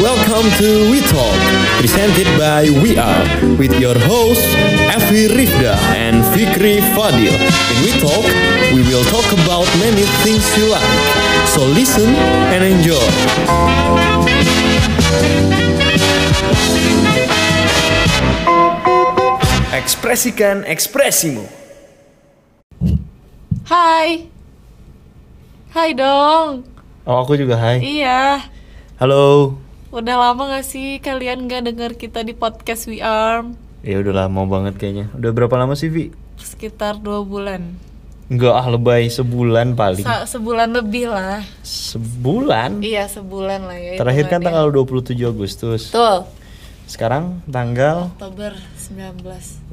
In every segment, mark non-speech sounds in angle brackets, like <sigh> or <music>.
Welcome to We Talk, presented by We Are, with your hosts Evi Rifda and Fikri Fadil. In We Talk, we will talk about many things you like. So listen and enjoy. Ekspresikan ekspresimu. Hai. Hai dong. Oh, aku juga hai. Iya. Halo. Udah lama gak sih kalian gak denger kita di podcast We Arm? Ya udah lama banget kayaknya. Udah berapa lama sih, Vi? Sekitar dua bulan. Enggak ah lebay sebulan paling. Sa- sebulan lebih lah. sebulan. Iya, sebulan lah ya. Terakhir kan hitungannya. tanggal 27 Agustus. Tuh, Sekarang tanggal Oktober 19.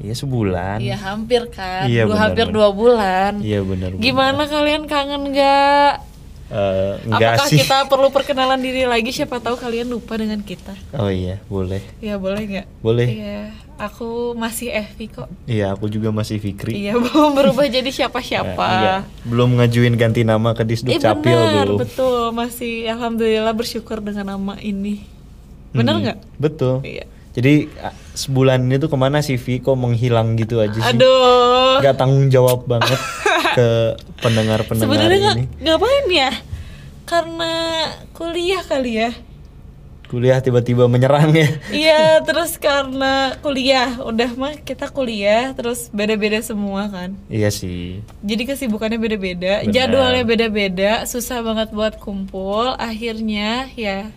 ya sebulan. Iya, hampir kan. Iya, dua, benar, hampir benar. dua bulan. Iya benar. benar. Gimana kalian kangen gak? Eh, enggak Apakah sih. kita perlu perkenalan diri lagi? Siapa tahu kalian lupa dengan kita. Oh iya, boleh. Ya boleh nggak? Boleh. Iya, aku masih Evi kok. Iya, aku juga masih Fikri. Iya, <laughs> belum berubah jadi iya. siapa-siapa. Belum ngajuin ganti nama ke Disduk Iya Capil benar, belum. betul. Masih alhamdulillah bersyukur dengan nama ini. Benar Hmm, nggak? Betul. Iya. Jadi a- sebulan ini tuh kemana sih Vi? Kok menghilang gitu aja sih? Aduh. Gak tanggung jawab <laughs> banget ke pendengar-pendengar Sebenarnya nggak ini. ngapain ya? Karena kuliah kali <laughs> ya. Kuliah tiba-tiba menyerang ya. Iya, terus karena kuliah, udah mah kita kuliah, terus beda-beda semua kan. Iya sih. Jadi kesibukannya Benar. beda-beda, jadwalnya beda-beda, susah banget buat kumpul. Akhirnya ya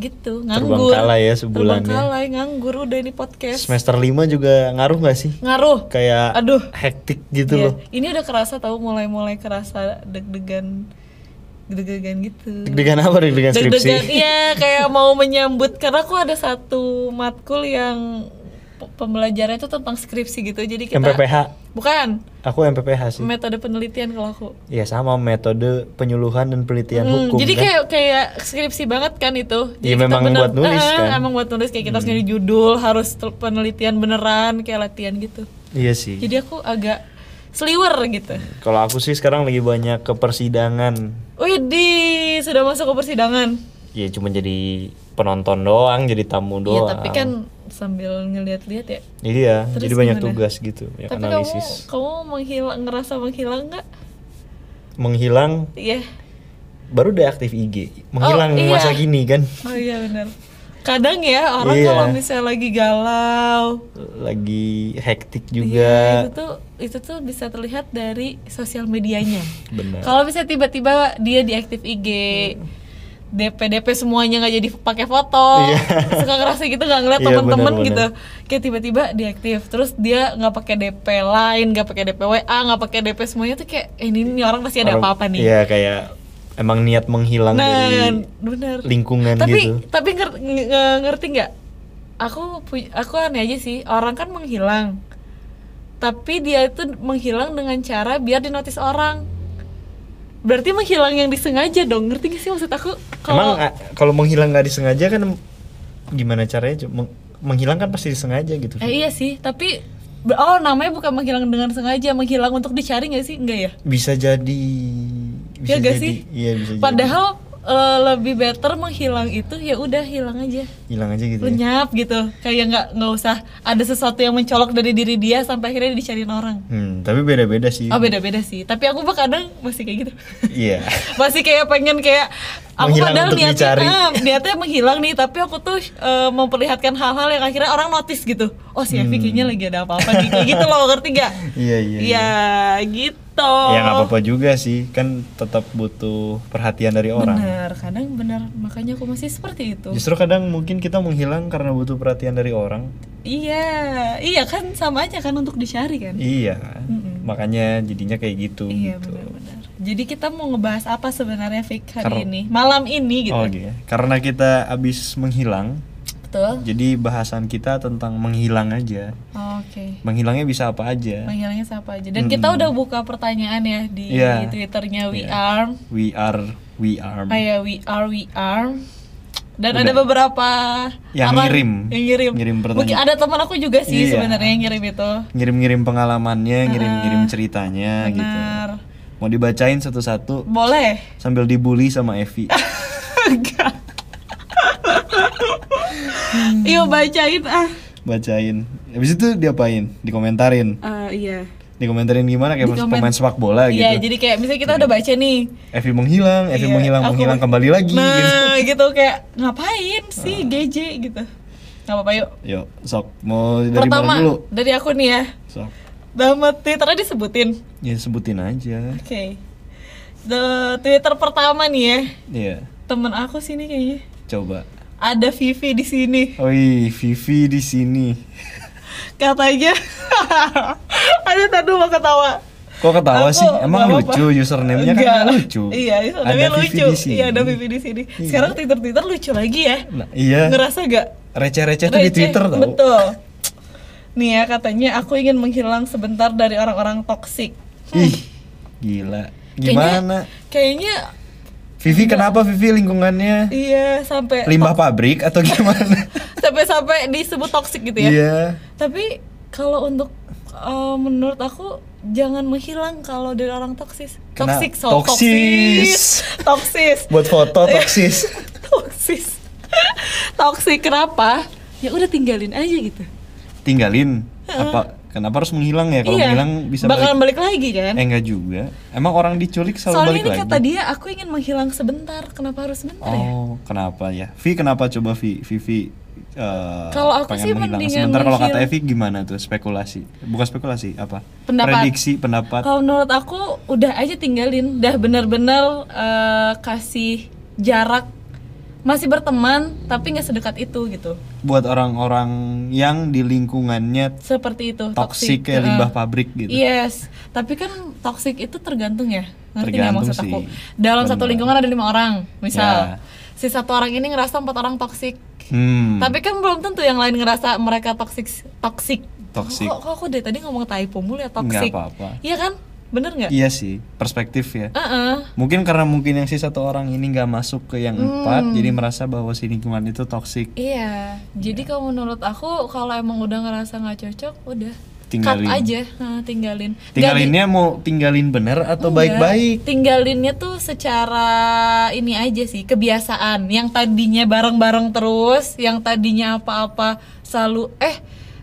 gitu, nganggur. Terbengkalai ya sebulannya. Terbengkalai, nganggur udah ini podcast. Semester 5 juga ngaruh gak sih? Ngaruh. Kayak Aduh. hektik gitu Iya. loh. Ini udah kerasa tahu mulai-mulai kerasa deg-degan deg-degan gitu. Deg-degan apa? Deg-degan skripsi? Deg-degan iya kayak mau menyambut karena aku ada satu matkul yang pe- pembelajarannya itu tentang skripsi gitu. Jadi kita MPPH. bukan Aku MPPH sih. metode penelitian kalau aku. Iya sama metode penyuluhan dan penelitian Hmm, hukum. jadi kan? kayak kayak skripsi banget kan itu. Jadi Iya, kita memang buat nulis, Ah, kan? Emang buat nulis kayak kita harus nyari judul, harus tel- penelitian beneran kayak latihan gitu. Iya sih. Jadi aku agak seliwer gitu. Kalau aku sih sekarang lagi banyak ke persidangan. Widih, sudah masuk ke persidangan. Ya cuma jadi penonton doang, jadi tamu Iya, doang. tapi kan sambil ngeliat-liat ya. Iya, Terus jadi banyak gimana? tugas gitu, ya, tapi analisis. kamu kamu menghilang ngerasa menghilang nggak? Menghilang Iya. baru deaktif IG. Menghilang Oh, iya. masa gini kan. Oh iya benar. Kadang ya orang Iya. kalau misalnya lagi galau, Lagi hektik Iya, itu juga. tuh itu tuh bisa terlihat dari sosial medianya. Benar. Kalau bisa tiba-tiba dia di aktif IG, DP-DP semuanya nggak jadi pakai foto, Iya. <laughs> suka ngerasa gitu nggak ngeliat Iya, temen-temen benar-benar. gitu, kayak tiba-tiba diaktif, terus dia nggak pakai DP lain, nggak pakai DP WA, nggak pakai DP semuanya tuh kayak eh, ini, ini orang pasti ada Orang- apa-apa nih. Iya, kayak emang niat menghilang Nah, dari benar. lingkungan tapi, gitu. Tapi nger- nge- nge- ngerti nggak? Aku pu- aku aneh aja sih. Orang kan menghilang. Tapi dia itu menghilang dengan cara biar dinotis orang. Berarti menghilang yang disengaja dong. Ngerti gak sih maksud aku? Emang Kalau a- kalau menghilang nggak disengaja kan gimana caranya? Cuma- meng- menghilang kan pasti disengaja gitu. eh, iya sih, tapi ber- oh namanya bukan menghilang dengan sengaja, menghilang untuk dicari nggak sih? Enggak ya? Bisa jadi bisa Iya nggak jadi. sih? Iya, bisa Padahal eh, lebih better menghilang itu ya udah hilang aja. jadi. hilang aja gitu. ya. lenyap gitu kayak nggak nggak usah ada sesuatu yang mencolok dari diri dia sampai akhirnya dicariin orang Hmm, tapi beda-beda sih. oh beda beda sih tapi aku mah kadang masih kayak gitu <laughs> Iya. masih kayak pengen kayak aku Menghilang padahal untuk niatnya dicari. ah, niatnya menghilang nih tapi aku tuh eh, memperlihatkan hal-hal yang akhirnya orang notice gitu oh si Evi kayaknya lagi ada apa-apa nih kayak gitu loh ngerti gak Hmm. Iya, iya. iya. ya gitu Ya nggak apa-apa juga sih, kan tetap butuh perhatian dari orang. bener kadang bener makanya aku masih seperti itu Justru kadang mungkin kita menghilang karena butuh perhatian dari orang. iya iya kan sama aja kan untuk dicari kan Iya, makanya jadinya kayak gitu. Iya gitu. benar-benar. Jadi kita mau ngebahas apa sebenarnya Fik hari Kar- ini, malam ini gitu. Oh, gitu ya. Karena kita abis menghilang, Betul. jadi bahasan kita tentang menghilang aja. Oke. Menghilangnya bisa apa aja. Panggilnya siapa aja. Dan kita udah buka pertanyaan ya di Hmm. Iya. Twitternya We Iya. Arm. We are, we are. Kayak We Are We Arm. Dan Udah. ada beberapa Yang aman- ngirim. yang ngirim. Ngirim pertanyaan. Mungkin ada teman aku juga sih Iya. sebenarnya yang ngirim itu. Ngirim-ngirim pengalamannya, ngirim-ngirim ceritanya gitu. Benar. Mau dibacain satu-satu Boleh. <laughs> sambil dibully sama Evi. Enggak. Yuk bacain ah. bacain habis itu diapain dikomentarin Eh, iya. dikomentarin gimana kayak Dikomen- pemain sepak bola gitu Iya, jadi kayak misalnya kita udah baca nih. Evi menghilang Evi Iya, menghilang aku- menghilang kembali lagi gitu Nah, gitu kayak ngapain sih GJ gitu. Gak apa-apa yuk. yuk sok mau dari Pertama mana dulu dari aku nih ya. sok Damat Twitternya disebutin. ya sebutin aja Oke. The Twitter pertama nih ya. Iya, Temen aku sini kayaknya. coba Ada Vivi di sini. Oi, Vivi di sini. Katanya. <laughs> Ada tadu mau ketawa. Kok ketawa Aku sih? Emang nggak lucu apa-apa. username-nya kan Enggak. nggak lucu. Iya, username Ada Vivi lucu. di sini. Iya, ada Vivi di sini. Sekarang Twitter-Twitter lucu lagi ya. Nah, iya. Ngerasa gak? Receh-receh tuh di Receh, Twitter tau. Betul. Nih ya katanya aku ingin menghilang sebentar dari orang-orang toksik. Ih, gila. Gimana? Kayaknya Vivi kenapa Vivi lingkungannya iya sampai limbah pabrik atau gimana? sampai sampai disebut toksik gitu ya. Iya. Tapi kalau untuk eh, menurut aku jangan menghilang kalau dari orang toksis. Kena- Toksik, so toksis. Toksis. Buat foto Iya. toksis. Toksis. Toksik kenapa? Ya udah tinggalin aja gitu. Tinggalin. Apa kenapa harus menghilang ya? Kalau menghilang bisa Iya. bakalan balik. balik, lagi kan? Eh enggak juga. Emang orang diculik selalu Soalnya balik ini kan lagi. kata dia aku ingin menghilang sebentar. Kenapa harus sebentar ya? Oh, kenapa ya? Vi kenapa coba Vi? Vivi eh, Kalau aku pengen sih menghilang. mendingan Sebentar kalau kata menghilang. Evi gimana tuh? Spekulasi. Bukan spekulasi, apa? Pendapat. Prediksi, pendapat. Kalau menurut aku udah aja tinggalin, udah bener-bener eh, kasih jarak, masih berteman tapi nggak sedekat itu gitu. Buat orang-orang yang di lingkungannya Seperti itu. toksik kayak limbah Heeh. pabrik gitu. Yes, tapi kan toksik itu tergantung ya. Ngerti nggak Tergantung maksud sih. aku? Dalam satu Benar. lingkungan ada lima orang, misal. Ya. Si satu orang ini ngerasa empat orang toksik. Hmm. Tapi kan belum tentu yang lain ngerasa mereka toksik toksik. Toksik. Kok, kok aku dari tadi ngomong typo mulu ya Nggak toksik. apa-apa. Iya kan? Bener nggak? Iya sih, perspektif ya. Heeh. Mungkin karena mungkin yang si satu orang ini nggak masuk ke yang empat, Hmm. jadi merasa bahwa si lingkungan itu toksik. Iya. Jadi kalau menurut aku kalau emang udah ngerasa nggak cocok, udah Tinggalin. cut aja, Hah, tinggalin. Nggak di- Tinggalinnya mau tinggalin bener atau Enggak, baik-baik? Iya. Tinggalinnya tuh secara ini aja sih, kebiasaan. Yang tadinya bareng-bareng terus, yang tadinya apa-apa selalu eh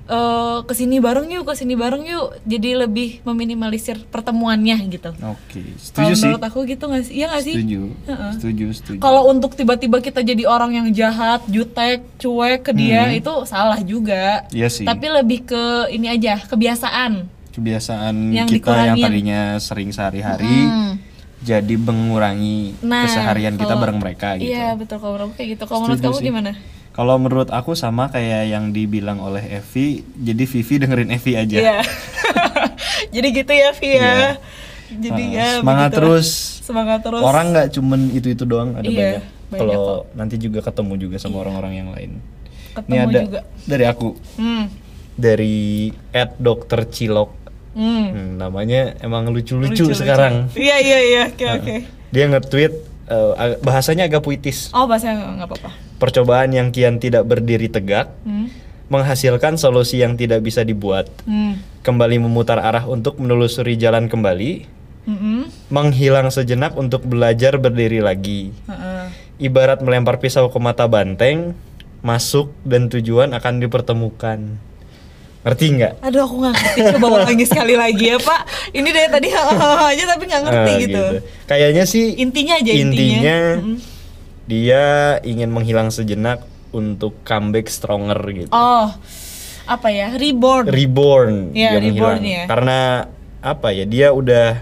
eh, kesini bareng yuk, kesini bareng yuk. Jadi lebih meminimalisir pertemuannya gitu. Oke, Kalau setuju sih. menurut aku gitu nggak sih? Iya nggak sih? Setuju. Heeh. Setuju, setuju. Kalau untuk tiba-tiba kita jadi orang yang jahat, jutek, cuek ke dia itu salah juga. Hmm. Iya sih. Tapi lebih ke ini aja kebiasaan. kebiasaan Yang kita yang dikurangin. Hmm. tadinya sering sehari-hari jadi mengurangi Nah, keseharian kita kalau- bareng mereka gitu. Iya betul kalau menurut aku kayak gitu. Kalau menurut Setuju kamu sih. gimana? Kalau menurut aku sama kayak yang dibilang oleh Evi, jadi Vivi dengerin Evi aja. Iya. <laughs> Jadi gitu ya Via. Iya. Jadi Nah, ya semangat begitulah. terus. Semangat terus. Orang nggak cuman itu-itu doang, ada Iya, banyak. banyak Iya. Kalau nanti juga ketemu juga sama orang-orang yang lain. ketemu Ini ada juga. dari aku Hmm. dari at dokter Cilok. Hmm. Hmm, namanya emang lucu-lucu sekarang. Ah. Iya iya iya. Oke oke. Nah, Dia nge-tweet eh, ag- bahasanya agak puitis. Oh bahasa nggak apa-apa. Percobaan yang kian tidak berdiri tegak Hmm. menghasilkan solusi yang tidak bisa dibuat. Hmm. Kembali memutar arah untuk menelusuri jalan kembali, Mm-mm. menghilang sejenak untuk belajar berdiri lagi. Heeh. Ibarat melempar pisau ke mata banteng, masuk dan tujuan akan dipertemukan. Ngerti nggak? Aduh aku nggak ngerti. Coba ulangi sekali lagi ya Pak. Ini dari tadi aja tapi nggak ngerti Ah, gitu. Kayaknya sih Intinya aja intinya. Mm-mm. dia ingin menghilang sejenak untuk comeback stronger gitu. Oh apa ya reborn. reborn Iya, dia menghilang. reborn ya. karena apa ya dia udah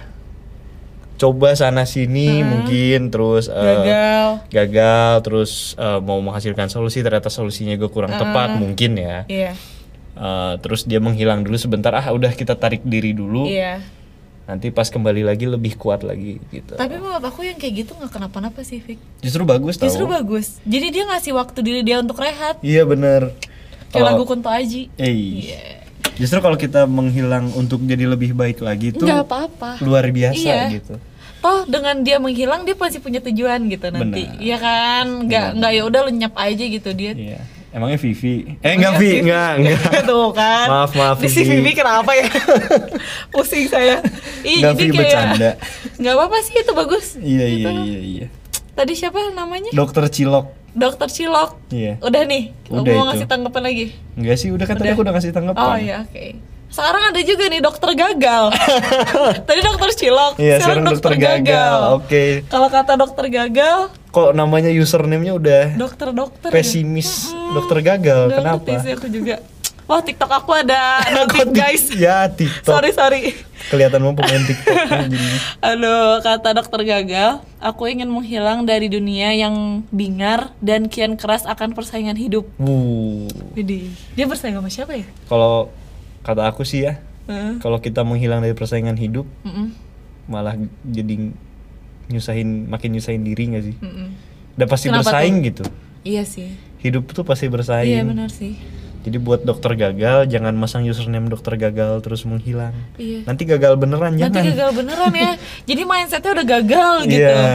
coba sana sini mungkin terus eh, Gagal. gagal terus eh, mau menghasilkan solusi ternyata solusinya gue kurang tepat mungkin ya Iya. Eh, terus dia menghilang dulu sebentar ah udah kita tarik diri dulu Iya. nanti pas kembali lagi lebih kuat lagi gitu Tapi menurut aku yang kayak gitu nggak kenapa-napa sih, Fik. justru bagus tau Justru bagus. Jadi dia ngasih waktu diri dia untuk rehat. iya bener Kayak lagu Iya. Kalau- Kunto Aji. eh justru kalau kita menghilang untuk jadi lebih baik lagi tuh Nggak apa-apa. luar biasa Iya. gitu Toh dengan dia menghilang dia pasti punya tujuan gitu nanti. Benar. Iya kan? Nggak nggak ya udah lenyap aja gitu dia. Iya, Iya. Emangnya Vivi? Eh enggak Vi, enggak, <laughs> enggak. Tuh kan. Maaf, maaf, Di si Vivi. Vivi kenapa <laughs> ya? Pusing saya. Nggak, Iya, jadi Vivi, kayak <laughs> bercanda. nggak apa-apa sih itu bagus. Gitu. iya, iya, iya, iya. Tadi siapa namanya? Dokter Cilok. dokter cilok Iya. udah nih Udah itu. mau ngasih tanggapan lagi Enggak sih, udah kan tadi Udah. aku udah ngasih tanggapan. oh iya oke sekarang ada juga nih dokter <laughs> gagal tadi dokter cilok Iya, sekarang dokter gagal. Oke. kalau kata dokter gagal Kok namanya username-nya udah dokter dokter pesimis, dokter gagal. Kenapa? sih aku juga wah tiktok aku <laughs> ada notif Kok di- guys Ya, TikTok. Iya, sorry sorry Kelihatan mau pemain TikTok. <laughs> jadinya. Halo, kata dokter gagal, aku ingin menghilang dari dunia yang bingar dan kian keras akan persaingan hidup. Wuh. Jadi, dia bersaing sama siapa ya? Kalau kata aku sih ya, Heeh. kalau kita menghilang dari persaingan hidup, Mm-mm, malah jadi nyusahin makin nyusahin diri nggak sih? mm-mm. Udah pasti Kenapa bersaing tuh? gitu. Iya sih. Hidup tuh pasti bersaing. Iya benar sih. Jadi buat dokter gagal jangan masang username dokter gagal terus menghilang. Iya. Nanti gagal beneran Nanti jangan. gagal beneran <laughs> ya. Jadi mindsetnya udah gagal gitu. Iya.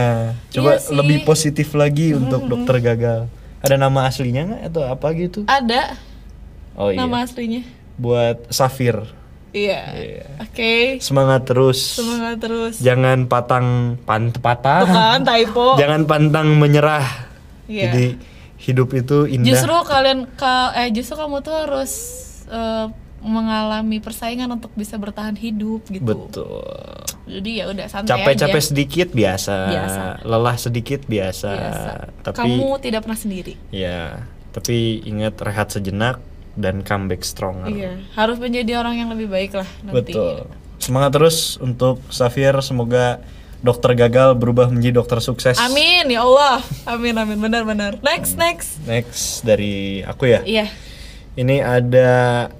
Coba Iya sih. lebih positif lagi untuk dokter gagal. Ada nama aslinya nggak atau apa gitu? Ada Oh iya. nama aslinya. Buat Safir. Iya. Oke. Semangat terus. Semangat terus. Jangan patang pan patah. Tuh kan typo. Jangan pantang menyerah. Iya. Jadi hidup itu indah. Justru kalian ka, eh justru kamu tuh harus eh, mengalami persaingan untuk bisa bertahan hidup gitu. Betul. Jadi ya udah santai Capek-capek aja. sedikit biasa. Biasa. Lelah sedikit biasa. Biasa. Tapi Kamu tidak pernah sendiri. ya, tapi ingat rehat sejenak dan comeback stronger. Iya, harus menjadi orang yang lebih baik lah nanti. Betul. Semangat terus untuk Safir, semoga dokter gagal berubah menjadi dokter sukses. Amin ya Allah. Amin amin benar-benar. Next next. Next dari aku ya. Iya. Ini ada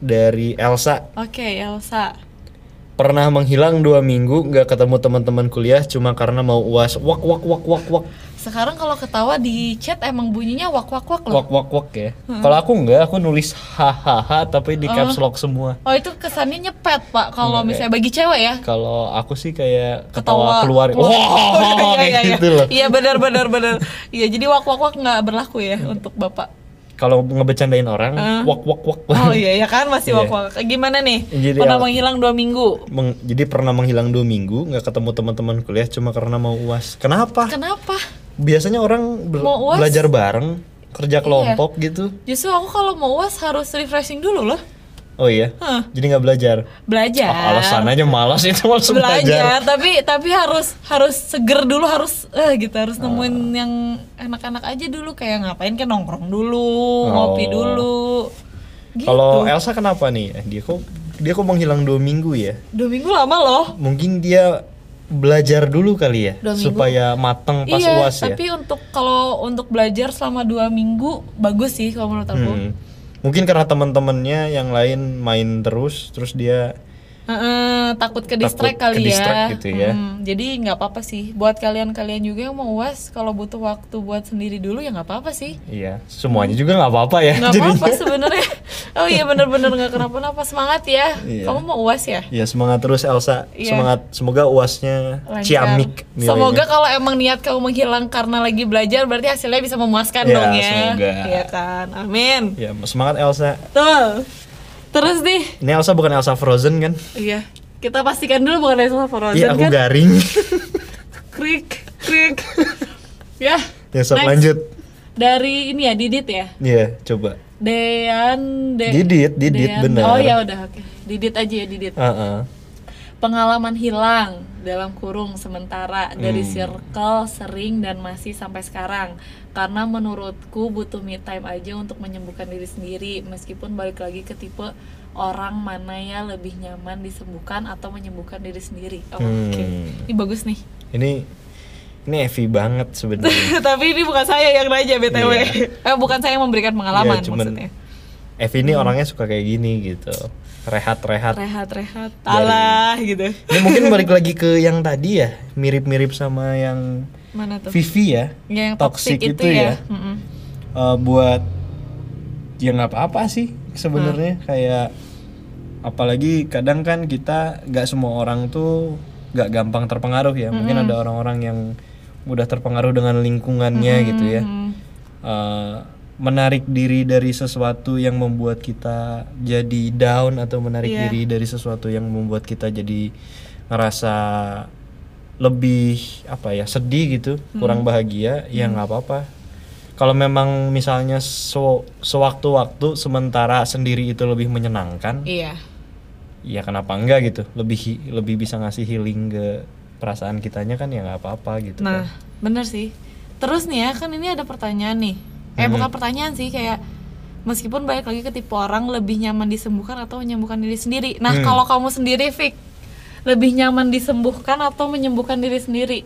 dari Elsa. Oke, Elsa. Pernah menghilang dua minggu nggak ketemu teman-teman kuliah cuma karena mau uas. Wak wak wak wak wak. Sekarang kalau ketawa di chat emang bunyinya wak wak wak loh. Wak wak wak ya. Hmm. Kalau aku nggak, aku nulis hahaha tapi di caps lock semua. Oh, itu kesannya nyepet, Pak. Iya, Kalau misalnya bagi cewek ya. Kalau aku sih kayak ketawa, ketawa keluar, <laughs> wah iya, kayak iya, iya. gitu loh. Iya benar benar benar. Iya jadi wak wak wak nggak berlaku Iya. ya untuk <laughs> bapak. Kalau ngebecandain orang, Ah. wak wak wak. Oh iya ya kan masih Iya. wak wak. Gimana nih? Jadi, Pernah Al- menghilang dua minggu. <laughs> Meng- jadi pernah menghilang dua minggu nggak ketemu teman-teman kuliah cuma karena mau uas. Kenapa? Kenapa? Biasanya orang ber- Mau UAS? Iya. belajar bareng, kerja kelompok gitu. Justru aku kalau mau uas harus refreshing dulu loh. Oh iya. Hah. Jadi nggak belajar. Belajar. Ah, alasan aja malas itu langsung Ya. belajar belajar. tapi tapi harus harus seger dulu harus eh gitu harus nemuin Ah. yang enak-enak aja dulu kayak ngapain kan nongkrong dulu Oh. ngopi dulu gitu Kalau Elsa kenapa nih? Eh, Dia kok dia kok menghilang dua minggu ya? dua minggu lama loh Mungkin dia belajar dulu kali ya Dua minggu. supaya mateng pas iya, uas ya. tapi untuk kalau untuk belajar selama dua minggu bagus sih kalau menurut aku. Hmm. Mungkin karena teman-temannya yang lain main terus, terus dia Heeh, takut ke Takut distract kali ke-distract ya. gitu ya. Hmm, jadi nggak apa-apa sih. Buat kalian-kalian juga yang mau uas, kalau butuh waktu buat sendiri dulu ya nggak apa-apa sih. Iya, semuanya juga nggak apa-apa ya. Nggak jadinya. apa-apa sebenarnya. Oh iya bener-bener nggak kenapa-napa semangat ya. Iya. Kamu mau uas ya? Iya, semangat terus Elsa. Iya. Semangat, semoga uasnya Lancar. ciamik. nilainya. Semoga kalau emang niat kamu menghilang karena lagi belajar berarti hasilnya bisa memuaskan Ya, dong ya. semoga. Iya kan. Amin. Ya, semangat Elsa. Tuh. Terus nih Ini Elsa bukan Elsa Frozen kan? Iya, kita pastikan dulu bukan Elsa Frozen Iya, aku kan? <laughs> garing. Krik, krik. <laughs> ya. ya, sok next. lanjut. Dari ini ya, Didit ya. Iya, coba. Dean, De- Didit, Didit, Dean- benar. Oh ya udah oke. Didit aja ya Didit. Heeh. Pengalaman hilang dalam kurung sementara dari Hmm. circle sering dan masih sampai sekarang. Karena menurutku butuh me time aja untuk menyembuhkan diri sendiri meskipun balik lagi ke tipe orang mana ya lebih nyaman disembuhkan atau menyembuhkan diri sendiri. Oh, Oke. Hmm. Ini bagus nih. <laughs> Ini ini Evi banget sebenarnya. Tapi ini bukan saya yang nanya BTW. <laughs> Eh, bukan saya yang memberikan pengalaman Iya, cuman- maksudnya. Evi ini orangnya suka kayak gini gitu. Rehat-rehat. Rehat-rehat. Alah gitu. Ini mungkin balik lagi ke yang tadi ya, mirip-mirip sama yang Mana tuh? Vivi ya. Ya, yang toxic itu toxic, itu, ya. ya. Mm-mm. eh, buat ya nggak apa-apa sih sebenarnya kayak apalagi kadang kan kita nggak semua orang tuh nggak gampang terpengaruh ya mungkin ada orang-orang yang mudah terpengaruh dengan lingkungannya gitu ya Eh, menarik diri dari sesuatu yang membuat kita jadi down atau menarik Iya. diri dari sesuatu yang membuat kita jadi ngerasa lebih apa ya sedih gitu kurang bahagia ya nggak apa-apa kalau memang misalnya se- sewaktu-waktu sementara sendiri itu lebih menyenangkan Iya. ya kenapa enggak gitu lebih hi- lebih bisa ngasih healing ke perasaan kitanya kan ya nggak apa-apa gitu Nah, kan bener sih. Terus nih ya, kan ini ada pertanyaan nih. Eh, Mm-hmm. bukan pertanyaan sih, kayak meskipun balik lagi ke tipe orang lebih nyaman disembuhkan atau menyembuhkan diri sendiri. Nah, Hmm. kalau kamu sendiri, Fik, lebih nyaman disembuhkan atau menyembuhkan diri sendiri?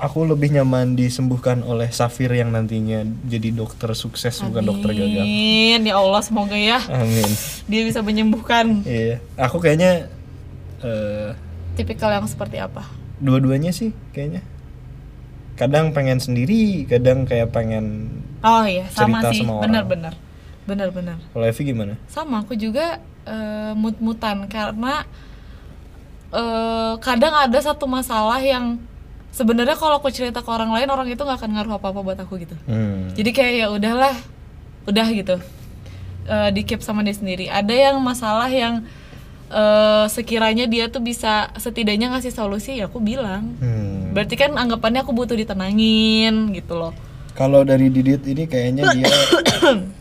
aku lebih nyaman disembuhkan oleh Safir yang nantinya jadi dokter sukses bukan dokter gagal Amin. Ya Allah, semoga ya amin dia bisa menyembuhkan. iya aku kayaknya eh Tipikal yang seperti apa? dua-duanya sih kayaknya kadang pengen sendiri kadang kayak pengen Oh iya, sama Cerita sih. sama orang. Bener-bener. Bener-bener. kalau Evi gimana sama aku juga eh, mut-mutan karena eh, kadang ada satu masalah yang sebenarnya kalau aku cerita ke orang lain orang itu nggak akan ngaruh apa apa buat aku gitu hmm. jadi kayak ya udahlah udah gitu Eh di keep sama dia sendiri ada yang masalah yang eh, sekiranya dia tuh bisa setidaknya ngasih solusi ya aku bilang Hmm. berarti kan anggapannya aku butuh ditenangin gitu loh kalau dari Didit ini Nah. kayaknya <coughs> dia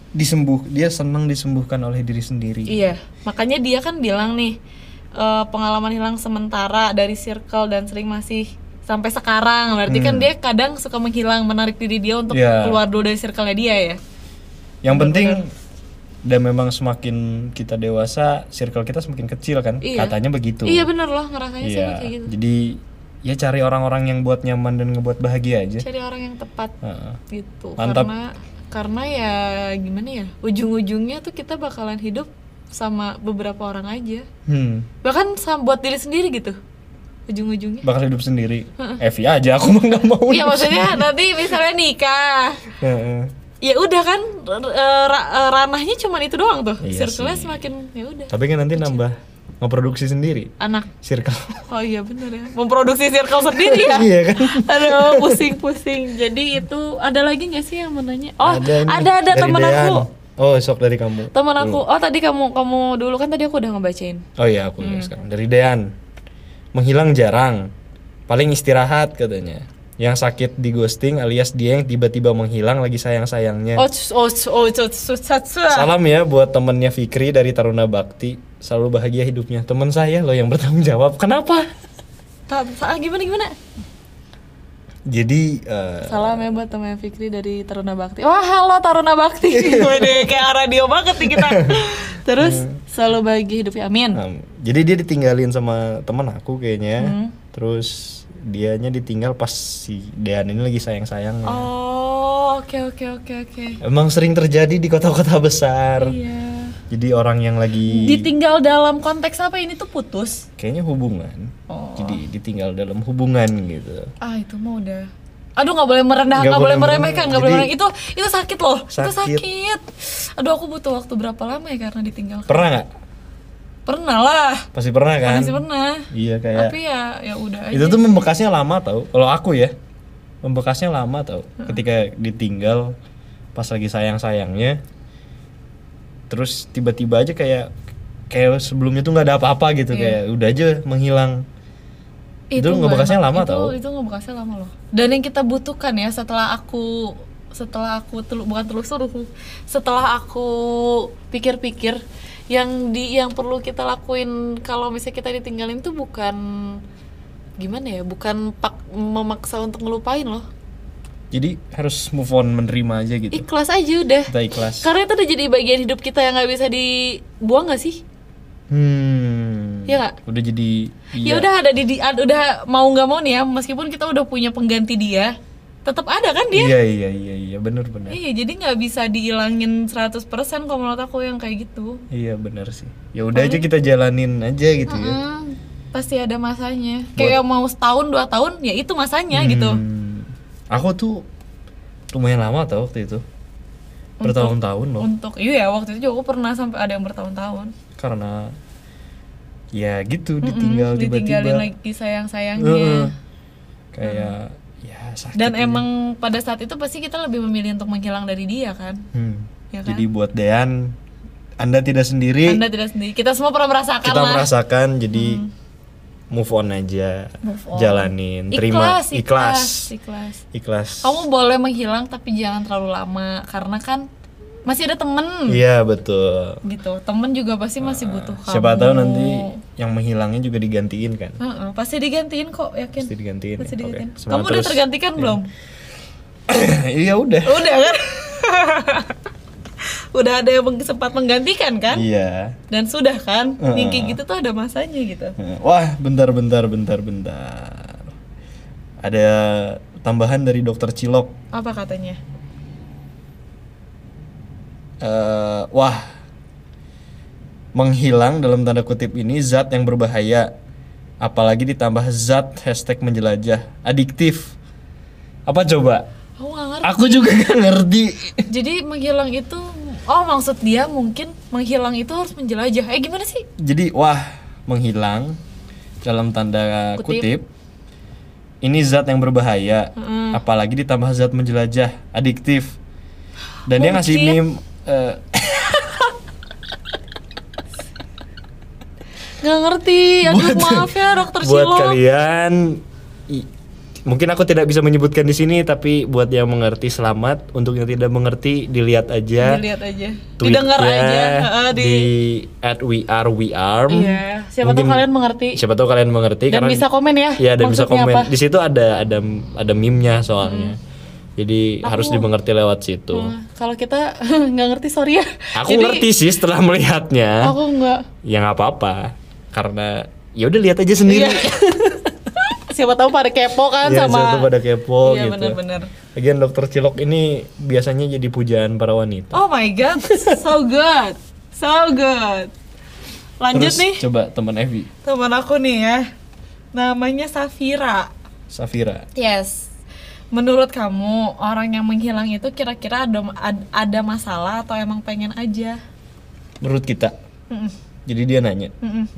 disembuh dia senang disembuhkan oleh diri sendiri Iya, makanya dia kan bilang nih eh, pengalaman hilang sementara dari circle dan sering masih sampai sekarang. Berarti kan dia kadang suka menghilang, menarik diri dia untuk Hmm. Iya. keluar dulu dari circle-nya dia ya. yang penting dan memang semakin kita dewasa circle kita semakin kecil kan Iya. katanya begitu Iya bener loh, ngerasanya Iya. sama kayak gitu. jadi ya cari orang-orang yang buat nyaman dan ngebuat bahagia aja Cari orang yang tepat Heeh. Iya. gitu. Mantap. Karena karena ya gimana ya, ujung-ujungnya tuh kita bakalan hidup sama beberapa orang aja. hmm. Bahkan sama buat diri sendiri gitu. Ujung-ujungnya. bakal hidup sendiri Evi aja aku mah nggak mau Iya maksudnya nanti misalnya nikah, Heeh. ya udah kan r- eh, ra- eh, ranahnya cuman itu doang tuh Iya circle-nya sih. semakin ya udah tapi kan nanti nambah ngeproduksi sendiri anak circle oh iya bener ya memproduksi circle sendiri ya <laughs> iya kan aduh pusing-pusing jadi itu ada lagi nggak sih yang menanya oh ada nih, ada, dari teman Dean. aku oh sok dari kamu teman aku oh tadi kamu kamu dulu kan tadi aku udah ngebacain oh iya aku Hmm. lihat sekarang dari Dean menghilang jarang paling istirahat katanya yang sakit di ghosting alias dia yang tiba-tiba menghilang lagi sayang-sayangnya oh cus- oh cus- oh cus- cus- cus- cus. Iya. Salam ya buat temennya Fikri dari Taruna Bakti. Selalu bahagia hidupnya. Temen saya loh yang bertanggung jawab. Kenapa? Ta- ta- gimana gimana Eh. Jadi eh, salam ya buat teman Fikri dari Taruna Bakti wah halo Taruna Bakti <laughs> Wede, kayak radio banget nih kita terus Hmm. selalu bahagia hidupnya amin em, jadi dia ditinggalin sama temen aku kayaknya. Hmm. Terus dianya ditinggal pas si Dean ini lagi sayang-sayang. Oh, oke oke oke oke. Emang sering terjadi di kota-kota besar. Iya. Jadi orang yang lagi Ditinggal dalam konteks apa ini tuh putus? kayaknya hubungan. Oh. Jadi ditinggal dalam hubungan gitu. Ah, itu mah udah. Aduh nggak boleh merendah, Nggak nggak boleh boleh meremehkan, nggak boleh merendah. merendah. Itu itu sakit loh, itu Sakit. sakit. Aduh aku butuh waktu berapa lama ya karena ditinggal? Pernah nggak? Pernah lah, Pasti pernah kan? masih pernah. Iya kayak. Tapi ya ya udah aja. itu tuh membekasnya lama tau kalau aku ya membekasnya lama tau ketika ditinggal pas lagi sayang sayangnya terus tiba-tiba aja kayak kayak sebelumnya tuh nggak ada apa-apa gitu Iya. kayak udah aja menghilang itu nggak ngebekasnya enak. lama itu, tau. Itu ngebekasnya lama loh. Dan yang kita butuhkan ya setelah aku setelah aku telu, bukan telusur setelah aku pikir-pikir yang di yang perlu kita lakuin kalau misalnya kita ditinggalin tuh bukan gimana ya bukan pak memaksa untuk ngelupain loh jadi harus move on menerima aja gitu ikhlas aja udah kita ikhlas karena itu udah jadi bagian hidup kita yang nggak bisa dibuang nggak sih hmm Iya nggak? udah jadi iya. ya udah ada di, di- ada- udah mau nggak mau nih ya meskipun kita udah punya pengganti dia tetap ada kan dia iya iya iya iya bener bener Iya, jadi nggak bisa dihilangin 100% kalau menurut aku yang kayak gitu. iya bener sih ya udah aja kita jalanin aja gitu ya Hmm, pasti ada masanya. Kayak mau setahun, dua tahun, ya itu masanya gitu. Hmm. Aku tuh lumayan lama tau waktu itu. Bertahun-tahun loh. Untuk iya ya, waktu itu juga aku pernah sampai ada yang bertahun-tahun. Karena ya gitu ditinggal Hmm, tiba-tiba. ditinggalin lagi sayang-sayangnya. Heeh. Kayak ya sakit. Dan aja. emang pada saat itu pasti kita lebih memilih untuk menghilang dari dia kan. Hmm. Ya kan? Jadi buat Dean Anda tidak sendiri. Anda tidak sendiri. Kita semua pernah merasakan kita lah. merasakan jadi move on aja Move on. jalanin terima ikhlas, ikhlas, ikhlas ikhlas. ikhlas Kamu boleh menghilang tapi jangan terlalu lama karena kan masih ada temen iya betul gitu. Temen juga pasti masih butuh kamu. Ah, siapa tahu nanti yang menghilangnya juga digantiin kan Heeh, pasti digantiin kok yakin. pasti digantiin ya? Pasti Oke, digantiin. semangat Kamu udah terus. tergantikan belum? <coughs> iya udah Udah kan? <laughs> udah ada yang meng- sempat menggantikan kan? iya Dan sudah kan? Heeh. Yang kayak gitu tuh ada masanya gitu. wah bentar bentar bentar bentar ada tambahan dari dokter Cilok Apa katanya? Eh, wah menghilang dalam tanda kutip ini zat yang berbahaya apalagi ditambah zat hashtag menjelajah adiktif apa coba Aku nggak ngerti. aku juga gak ngerti Jadi menghilang itu oh maksud dia mungkin menghilang itu harus menjelajah. Eh gimana sih? jadi wah menghilang dalam tanda kutip, Kutip. ini zat yang berbahaya apalagi ditambah zat menjelajah adiktif dan dia ngasih Mungkin. meme eh, Nggak ngerti. Aduh Buat- maaf ya dokter buat Silo. kalian i- mungkin aku tidak bisa menyebutkan di sini tapi buat yang mengerti selamat untuk yang tidak mengerti dilihat aja Dilihat aja. tweetnya Didengar aja. heeh, di, di at we are we arm Iya, siapa tahu Mungkin- kalian mengerti. siapa tahu kalian mengerti Dan karena bisa komen ya, Iya, dan bisa maksudnya komen apa. Hmm. di situ ada ada ada meme-nya soalnya jadi harus dimengerti lewat situ Nah, Kalau kita <laughs> nggak ngerti sorry ya. aku Jadi, ngerti sih setelah melihatnya Aku nggak. ya nggak apa-apa karena ya udah lihat aja sendiri Iya. siapa tahu pada kepo kan Iya, sama. siapa tahu pada kepo Iya gitu. benar-benar. Lagian dokter Cilok ini biasanya jadi pujaan para wanita. Oh my god, so good, so good. Lanjut Terus nih coba teman Evi, teman aku nih ya, namanya Safira. Safira. Yes. Menurut kamu orang yang menghilang itu kira-kira ada ad- ada masalah atau emang pengen aja? Menurut kita. Mm-mm. Jadi dia nanya. Mm-mm.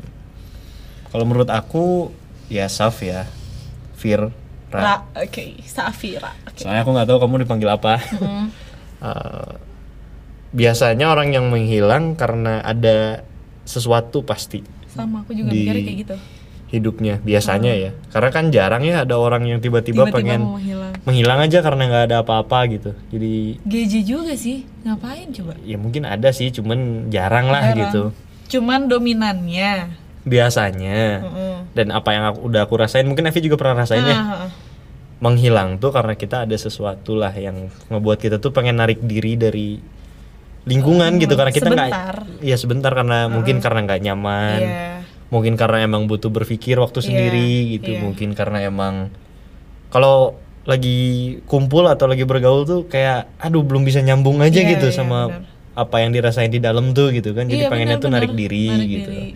Kalau menurut aku ya Saf ya. Fir. Ra. Ra, oke, Safira. Oke. Soalnya aku nggak tahu kamu dipanggil apa. <laughs> Eh, biasanya orang yang menghilang karena ada sesuatu pasti Sama aku juga Di- mikirnya kayak gitu. hidupnya biasanya ya. Karena kan jarang ya ada orang yang tiba-tiba, Tiba-tiba pengen mau menghilang. menghilang aja karena nggak ada apa-apa gitu. Jadi GJ juga sih, ngapain coba? ya mungkin ada sih cuman jarang lah Jarang. gitu Cuman dominannya. biasanya Heeh. dan apa yang aku, udah aku rasain mungkin Evi juga pernah rasain ya Ah, ah, ah. menghilang tuh karena kita ada sesuatu lah yang ngebuat kita tuh pengen narik diri dari lingkungan gitu karena kita nggak Sebentar. ya sebentar karena mungkin karena nggak nyaman Iya. mungkin karena emang butuh berpikir waktu sendiri gitu iya. mungkin karena emang kalau lagi kumpul atau lagi bergaul tuh kayak aduh belum bisa nyambung aja Iya, gitu iya, sama benar. apa yang dirasain di dalam tuh gitu kan jadi Iya, pengennya tuh benar-benar. narik diri Narik gitu diri.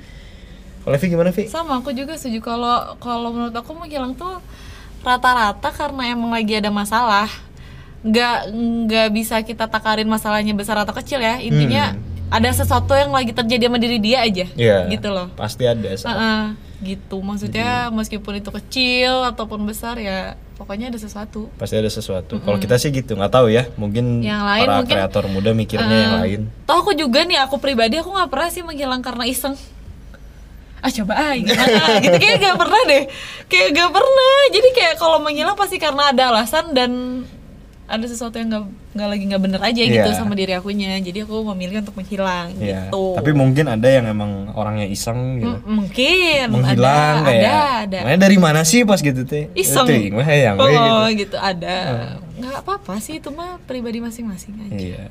kalau Vi gimana Vi? Sama aku juga setuju kalau kalau menurut aku menghilang tuh rata-rata karena emang lagi ada masalah. Nggak nggak bisa kita takarin masalahnya besar atau kecil ya. Intinya ada sesuatu yang lagi terjadi sama diri dia aja. Hmm. Iya Gitu loh. pasti ada Sa. Heeh, gitu. Maksudnya meskipun itu kecil ataupun besar ya pokoknya ada sesuatu. pasti ada sesuatu kalau kita sih gitu nggak tahu ya mungkin Yang lain para mungkin, kreator muda mikirnya yang lain Toh Eh, aku juga nih, aku pribadi aku nggak pernah sih menghilang karena iseng. Ah coba ah <laughs> gimana gitu kayak gak pernah deh, kayak gak pernah. Jadi kayak kalau menghilang pasti karena ada alasan dan ada sesuatu yang nggak nggak lagi nggak bener aja gitu Iya. sama diri akunya. Jadi aku memilih untuk menghilang Iya. gitu. tapi mungkin ada yang emang orangnya iseng gitu M- mungkin menghilang ada, kayak ada ada "Mana dari mana sih pas gitu teh iseng. Itu, mah yang oh we," gitu. Ah. gitu. ada. Nggak apa-apa sih itu mah pribadi masing-masing aja. iya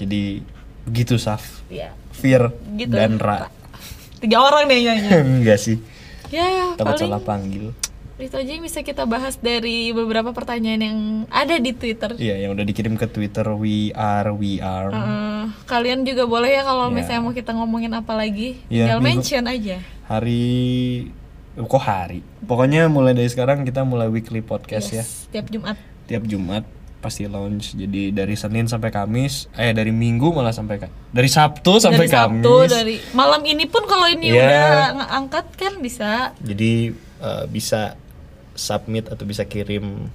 jadi begitu saf Iya. fear Gitu. dan ra <laughs> <laughs> Tiga orang deh nyanyi. enggak sih Ya, takut paling salah panggil itu aja yang bisa kita bahas dari beberapa pertanyaan yang ada di Twitter. iya yang udah dikirim ke twitter we are we are Eh, kalian juga boleh ya kalau Iya. misalnya mau kita ngomongin apa lagi, Iya, tinggal minggu- mention aja. hari kok hari pokoknya mulai dari sekarang kita mulai weekly podcast ya Setiap Jumat. tiap Jumat pasti launch jadi dari Senin sampai Kamis eh dari Minggu malah sampai Ka- dari Sabtu sampai dari Sabtu, Kamis dari malam ini pun kalau ini Iya. udah ngangkat kan bisa. jadi eh, bisa submit atau bisa kirim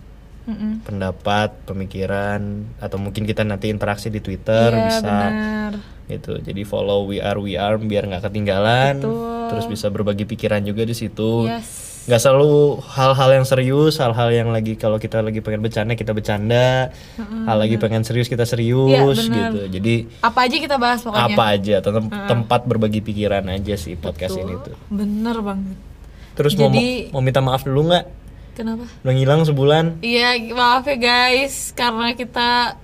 Mm-mm. pendapat pemikiran atau mungkin kita nanti interaksi di Twitter Iya, bisa benar. gitu jadi follow we are we are biar nggak ketinggalan Betul. Iya, terus bisa berbagi pikiran juga di situ Yes. nggak selalu hal-hal yang serius hal-hal yang lagi kalau kita lagi pengen bercanda kita bercanda hal lagi pengen serius kita serius Iya, benar. gitu jadi Apa aja kita bahas pokoknya. apa aja tem- tempat berbagi pikiran aja sih podcast ini tuh Bener banget. terus mau Jadi- mau minta maaf dulu nggak Kenapa? udah ngilang sebulan Iya, maaf ya guys karena kita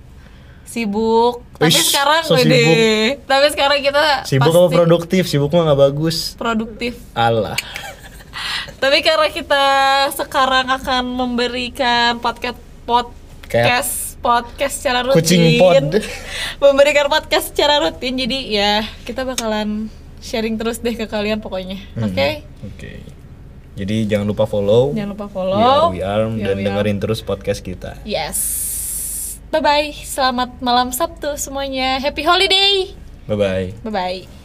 sibuk. Tapi Wish, sekarang so wede. sibuk. Tapi sekarang kita sibuk apa pasti produktif sibuk mah nggak bagus produktif. Allah Tapi karena kita sekarang akan memberikan podcast podcast podcast secara rutin. Kucing pod. <laughs> Memberikan podcast secara rutin. Jadi ya kita bakalan sharing terus deh ke kalian pokoknya. Hmm. Oke? oke jadi jangan lupa follow Jangan lupa We Are follow. Ya, We Are dan We Are We Are. dengerin terus podcast kita Yes. Bye bye. Selamat malam Sabtu semuanya. Happy holiday. bye bye Bye bye.